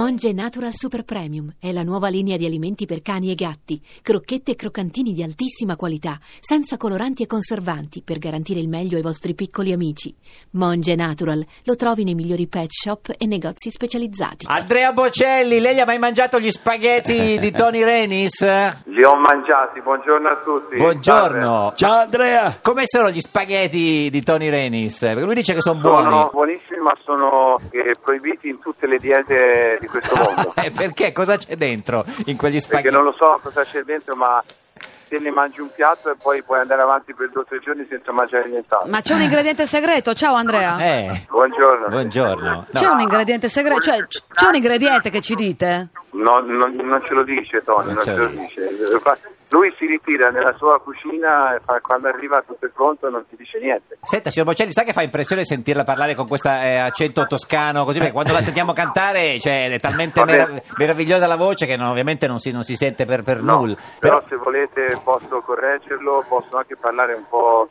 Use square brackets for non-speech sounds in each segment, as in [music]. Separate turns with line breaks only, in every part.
Monge Natural Super Premium è la nuova linea di alimenti per cani e gatti, crocchette e croccantini di altissima qualità, senza coloranti e conservanti, per garantire il meglio ai vostri piccoli amici. Monge Natural lo trovi nei migliori pet shop e negozi specializzati.
Andrea Bocelli, lei ha mai mangiato gli spaghetti di Tony Renis?
Li ho mangiati, buongiorno a tutti.
Buongiorno.
Ciao Andrea!
Come sono gli spaghetti di Tony Renis? Perché lui dice che sono buoni.
Sono buonissimi, ma sono eh, proibiti in tutte le diete di
[laughs]
questo mondo.
Eh, Perché? Cosa c'è dentro in quegli
Perché
spaghetti?
non lo so cosa c'è dentro, ma te ne mangi un piatto e poi puoi andare avanti per due o tre giorni senza mangiare nient'altro.
Ma c'è un ingrediente segreto? Ciao Andrea.
Eh,
Buongiorno.
buongiorno. No.
C'è un ingrediente segreto? Cioè, c- c'è un ingrediente che ci dite?
No, non, non ce lo dice Tony,
Non
non,
ce
ce
lo
lo dice. Fa- Lui si ritira nella sua cucina e fa- quando arriva tutto è pronto non ti dice niente.
Senta, signor Bocelli, sa che fa impressione sentirla parlare con questo accento toscano così? Perché quando la sentiamo cantare cioè, è talmente
Va bene.
merav- meravigliosa la voce che no, ovviamente non si, non si sente per, per
No,
nulla.
però
Però-
se volete posso correggerlo, posso anche parlare un po'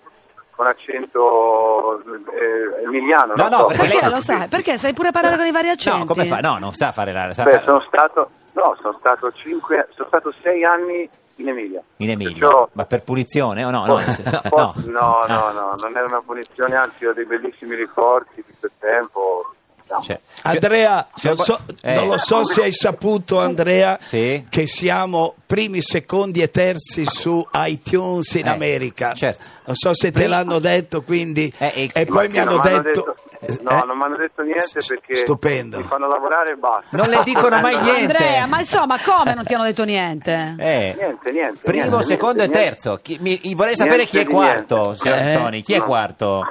con accento eh, emiliano.
No,
non
no,
so.
Perché
Perché
lei-
lo sai? Perché sai pure parlare con i vari accenti?
No, come fa? No, non sa fare la... sa
Beh,
fare-
sono stato, no, sono stato cinque, sono stato sei anni in Emilia.
In Emilia.
Perciò-
Ma per punizione
[laughs]
o no? No,
Po-
[laughs] no,
po- Cioè, no,
Ah,
no, no, non era una punizione, anzi ho dei bellissimi ricordi di quel tempo. No.
cioè-
Andrea,
cioè-
non, so-
eh,
non lo so se hai saputo, Andrea,
Sì.
che siamo primi, secondi e terzi su iTunes in
Eh,
America.
certo.
Non so se te
Prima-
l'hanno detto, quindi...
Eh, e-
e poi
Ma
mi hanno
non
detto...
no,
eh,
non mi hanno detto niente
s-
perché
Stupendo.
mi fanno lavorare e basta.
Non le dicono
[laughs]
mai niente.
Eh, Andrea, ma insomma, come non ti hanno detto niente?
Eh,
Niente, niente.
primo,
niente,
secondo
niente,
e
niente.
terzo. Chi- mi- vorrei sapere
Niente
chi è
di
quarto,
niente.
signor
Eh?
Toni. Chi è
No.
quarto?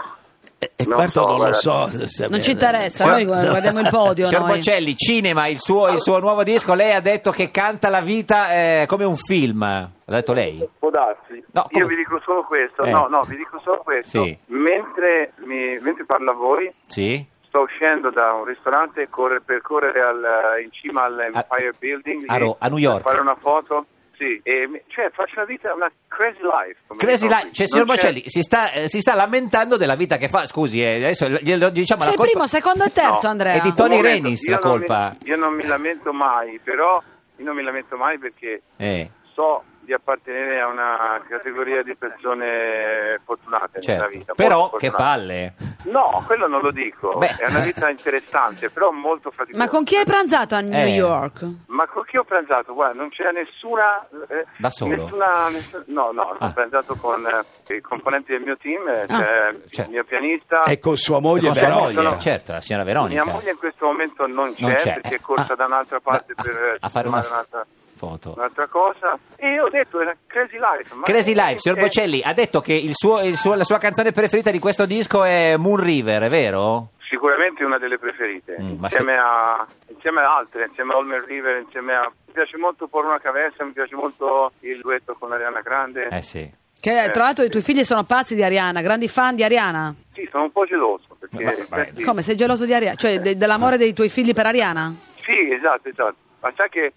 E, e
Non
quarto
so,
Eh, non lo
guarda.
so.
Non ci interessa, noi guardiamo il
[laughs]
podio.
Signor
Noi.
Bocelli, cinema, il suo, il suo nuovo disco. Lei ha detto che canta la vita eh, come un film. L'ha detto lei?
Può darsi.
No,
Io
come-
vi dico solo questo.
Eh.
No, no, vi dico solo questo.
Sì.
Mentre, mi- mentre parlo a voi,
Sì.
sto uscendo da un ristorante e corre- per correre al- in cima all'Empire
A-
Building
a
lì,
Ro- a New York.
per fare una foto. Sì, e mi- cioè faccio una vita, una crazy life. come
Crazy
dicono
Life,
qui.
cioè, signor
Non c'è-
Bocelli si sta, eh, si sta lamentando della vita che fa. Scusi, eh, adesso glielo diciamo
Sei
la colpa.
primo, secondo e terzo,
No.
Andrea.
E di to-
Un
Tony
momento,
Renis
io
la
non mi-
colpa.
io non mi lamento mai, però io non mi lamento mai perché
Eh,
so di appartenere a una categoria di persone fortunate
certo.
nella vita.
Però
molto
che
fortunate.
palle.
No, quello non lo dico.
Beh.
È una vita interessante, però molto faticosa.
Ma con chi hai pranzato a New
Eh.
York?
Ma con chi ho pranzato? Guarda, non c'era nessuna... eh,
Da solo?
Nessuna, nessuna- no, no,
Ah.
ho pranzato con eh, i componenti del mio team, eh,
Ah.
c'è
Certo.
il mio pianista.
E con sua moglie,
Con sua
Veronica.
moglie, certo, la signora Veronica.
Mia moglie in questo momento non c'è,
Non c'è.
perché
Eh,
è corsa
ah.
da un'altra parte
Da-
per
a- a fare
filmare
una-
un'altra,
Foto.
un'altra cosa. E ho detto, era Crazy Life. ma-
Crazy Life, signor
eh,
Bocelli, ha detto che il suo- il suo- la sua canzone preferita di questo disco è Moon River, è vero?
Sicuramente una delle preferite,
Mm, ma
insieme, a, insieme ad altre, insieme a Olmer River, insieme a... Mi piace molto Porno una Caversa, mi piace molto il duetto con Ariana Grande.
Eh sì.
Che
Eh.
tra l'altro i tuoi figli sono pazzi di Ariana, grandi fan di Ariana.
Sì, sono un po' geloso, perché...
Ma- ma-
eh, sì.
Come, sei geloso di Ariana? Cioè, de- dell'amore dei tuoi figli per Ariana?
Sì, esatto, esatto. Ma sai che...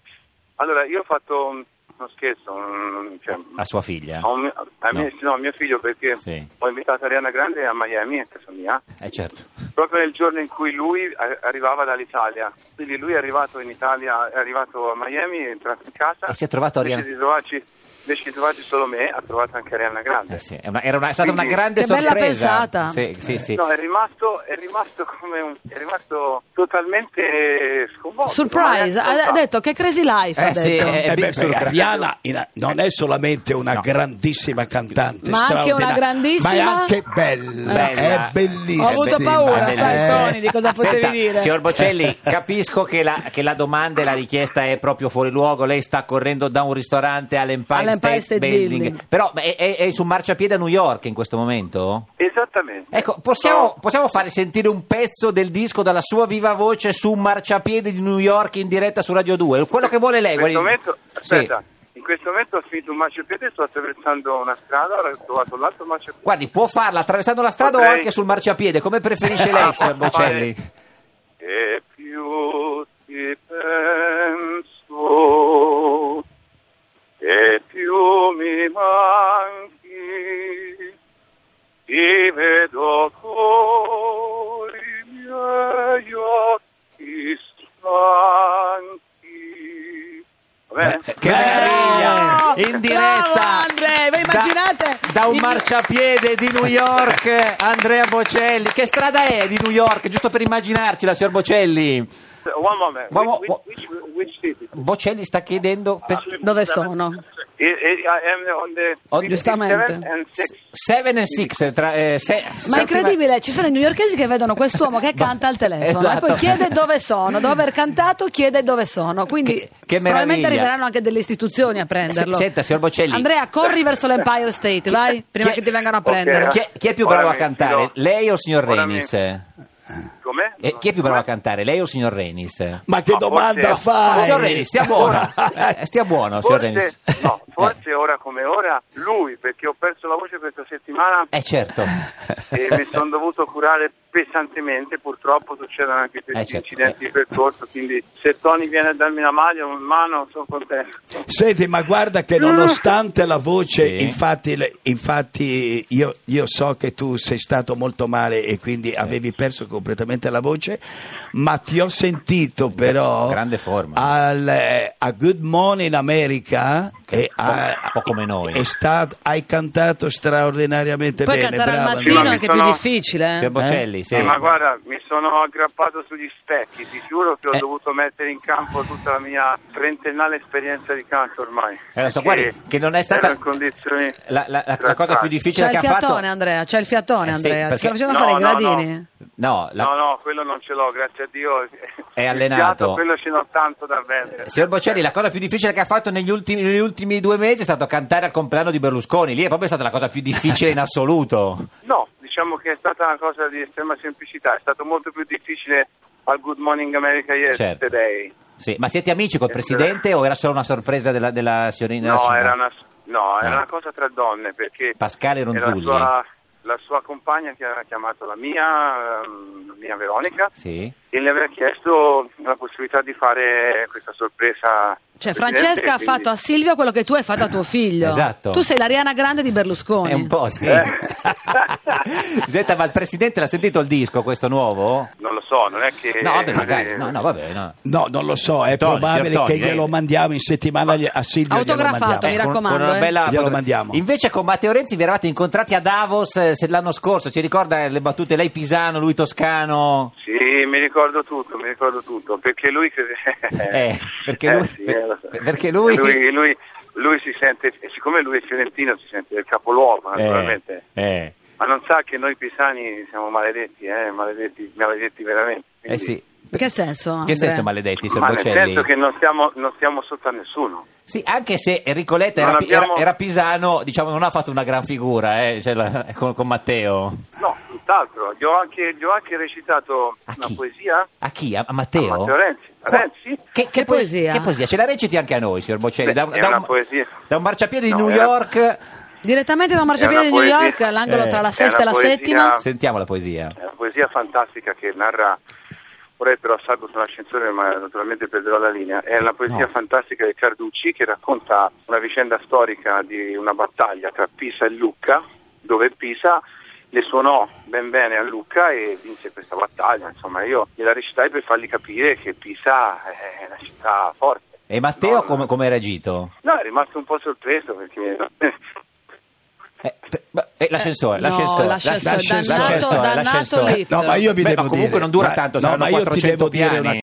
Allora, io ho fatto un- uno scherzo, un- cioè,
A sua figlia.
a, un mio, a
Ah, No.
mio- no, a mio figlio, perché
Sì.
ho invitato Ariana Grande a Miami, a casa mia,
Eh certo.
proprio nel giorno in cui lui a- arrivava dall'Italia. Quindi lui è arrivato in Italia, è arrivato a Miami, è entrato in casa.
E si è trovato
invece
Ariana-
Di trovarci, invece di trovarci solo me, ha trovato anche Ariana Grande.
Eh sì, è una- era una- è stata una
Quindi-
grande
Che bella
sorpresa.
pensata.
Sì, sì, sì.
No, è rimasto, è rimasto come un, è rimasto totalmente sconvolto.
Surprise,
Non
ha,
era-
ha detto che crazy life. ha
Eh, sì,
detto.
eh,
Eh beh,
Big Sur-
perché Ariana in- non è solamente una grandissima cantante,
Ma anche una
straordinaria,
grandissima-
ma è anche bella,
Bella.
è bellissima.
Ho avuto paura,
Eh,
sai,
eh.
Tony, di cosa potevi
Senta,
dire.
Signor Bocelli, capisco che la, che la domanda e la richiesta è proprio fuori luogo. Lei sta correndo da un ristorante all'Empire,
All'Empire
State,
State
Building.
Building.
Però ma è, è- è su marciapiede a New York in questo momento?
Esattamente.
Ecco, possiamo,
No,
possiamo fare sentire un pezzo del disco dalla sua viva voce su marciapiede di New York in diretta su Radio 2? Quello che vuole lei.
in questo
Eh, guardi-
momento,
Sì.
aspetta, in questo momento ho finito un marciapiede, sto attraversando una strada, ora ho trovato l'altro marciapiede.
Guardi, può farla attraversando la strada
Ok.
o anche sul marciapiede, come preferisce lei, signor Bocelli.
E più ti penso, e più mi manchi, ti vedo con i miei occhi strani. bene?
Eh, Che meraviglia! In diretta!
Bravo, Andre, voi
da-
immaginate
Da, un
il-
marciapiede di New York, eh, Andrea Bocelli. Che strada è di New York? Giusto per immaginarcela, signor Bocelli.
eh, One moment.
One mo-
which, which, which, which city? Ah,
Bocelli sta chiedendo... per-
Dove sono?
I, eh, I- I am on the
On the-
57 and 6.
7 and 6 tra, eh, se-
Ma
settima-
è incredibile, ci sono i newyorkesi che vedono
[laughs]
quest'uomo che canta al telefono e
Esatto. [laughs]
poi chiede dove sono, dopo aver cantato chiede dove sono, quindi
Che- che meraviglia.
probabilmente arriveranno anche delle istituzioni a prenderlo.
Se- senta, signor Bocelli. [laughs]
Andrea, corri verso l'Empire State, vai, prima
chi-
che ti vengano a
Ok,
prendere.
Chi, è, chi è più
Ora
bravo a
mi
cantare?
infilo.
Lei o il signor
Ora mi-
Renis?
Com'è?
Eh, chi è più bravo a cantare? Lei o il signor Renis?
Ma che
Ma
domanda
forse-
fai?
Signor Renis, stia buono.
[laughs]
Eh, stia buono, signor
Forse,
Renis. [laughs]
no,
Eh.
forse ora come ora lui, perché ho perso la voce questa settimana
Eh certo.
e mi sono dovuto curare pesantemente, purtroppo succedono anche questi
Eh, certo.
incidenti
Eh.
di percorso, quindi se Tony viene a darmi una maglia in mano sono contento.
Senti, ma guarda che nonostante la voce,
Sì.
infatti, le- infatti io, io so che tu sei stato molto male e quindi avevi perso completamente la voce, ma ti ho sentito però
grande forma.
al, eh, a Good Morning America e a-
Un po' come noi.
è stato- hai cantato straordinariamente
Poi
bene. Ecco.
cantare
brava,
al
Andrea.
mattino è anche più
Sono-
difficile. eh.
Signor Bocelli, sì.
Eh, ma guarda, mi sono aggrappato sugli specchi, ti giuro che ho
Eh.
dovuto mettere in campo tutta la mia trentennale esperienza di canto ormai.
Eh, lo so,
Perché
guardi, che non è stata
ero in condizioni
la, la- la- la cosa più
difficile
difficile
C'è Cioè, il
che ha
fiatone,
fatto...
Andrea, c'è il fiatone,
Eh sì,
Andrea. Ti
perché-
sta facendo
No,
fare i
no, no.
gradini.
No, la-
No, no, quello non ce l'ho, grazie a Dio.
È
Il
allenato.
fiato, quello ce n'ho tanto da vendere.
Signor Bocelli, la cosa più difficile che ha fatto negli ultimi, negli ultimi due mesi è stato cantare al compleanno di Berlusconi. Lì è proprio stata la cosa più difficile in assoluto.
No, diciamo che è stata una cosa di estrema semplicità, è stato molto più difficile al Good Morning America yesterday.
Certo. Sì, ma siete amici col presidente o era solo una sorpresa della, della signorina?
No,
signora?
era una, no, era
No.
una cosa tra donne perché
Pascale
era la
Ronzulli.
sua, la sua compagna che aveva chiamato la mia, ehm, la mia Veronica,
Sì.
e le aveva chiesto la possibilità di fare questa sorpresa.
Cioè,
al presidente,
Francesca ha
quindi-
fatto a Silvio quello che tu hai fatto a tuo figlio.
Esatto.
Tu sei l'Ariana Grande di Berlusconi.
È un po' sì. [laughs]
Eh.
Senta, ma il presidente l'ha sentito il disco questo nuovo?
Non lo so, non è che... eh,
No, vabbè, magari. No, no, vabbè, no.
No, non lo so, è
Tony,
probabile
signor Tony,
che glielo
eh.
mandiamo in settimana agli- a Silvio. glielo
Autografato,
mandiamo.
mi
Eh, con-
raccomando,
con una
eh.
bella
Glielo
foto-
mandiamo.
Invece con Matteo Renzi vi eravate incontrati a Davos eh, se- l'anno scorso, ci ricorda le battute lei pisano, lui toscano?
Sì, mi ricordo tutto, mi ricordo tutto, perché lui... crede- [laughs]
Eh, perché lui-
sì, eh, lo so.
perché lui-
Lui, lui- lui si sente, e siccome lui è fiorentino, si sente il capoluogo, naturalmente.
Eh, eh.
Ma non sa che noi pisani siamo maledetti, eh, maledetti, maledetti veramente.
Eh
Quindi-
sì.
Che Cioè? senso?
Che
Andrea?
senso maledetti, signor
Ma nel
Bocelli?
senso che non stiamo, non stiamo sotto a nessuno.
Sì, anche se Enricoletta era,
Non
pi- era-
abbiamo-
era pisano, diciamo non ha fatto una gran figura eh, cioè, la- con, con Matteo.
No, tutt'altro. Gli ho anche, gli ho anche recitato
A
una
chi?
poesia.
A chi? A, a Matteo?
A Matteo Renzi. A
Qua-
Renzi?
Che,
Che
poe-
poesia?
Che poesia? Ce la reciti anche a noi, signor Bocelli.
Beh,
Da,
è
da
una
un,
poesia.
da un marciapiede di
No,
New
era-
York.
Direttamente da un marciapiede
Era
di New
poesia.
York, all'angolo
Eh,
tra la
era
sesta e la
poesia.
settima.
Sentiamo la poesia.
È una poesia fantastica che narra. Vorrei però salgo sull'ascensore, ma naturalmente perderò la linea. È una poesia
No.
fantastica di Carducci che racconta una vicenda storica di una battaglia tra Pisa e Lucca, dove Pisa le suonò ben bene a Lucca e vinse questa battaglia. Insomma, io gliela recitai per fargli capire che Pisa è una città forte.
E Matteo
No, no.
come, come ha reagito?
No, è rimasto un po' sorpreso perché [laughs]
Eh, pe- ma- eh, l'ascensore,
No,
l'ascensore,
l'ascensore,
l'ascensore,
dannato-
l'ascensore,
dannato
l'ascensore.
lift.
No, ma io vi
Beh,
devo
ma comunque
dire-
non dura
ma-
tanto,
no,
saranno
ma io ti
400
devo dire
piani.
una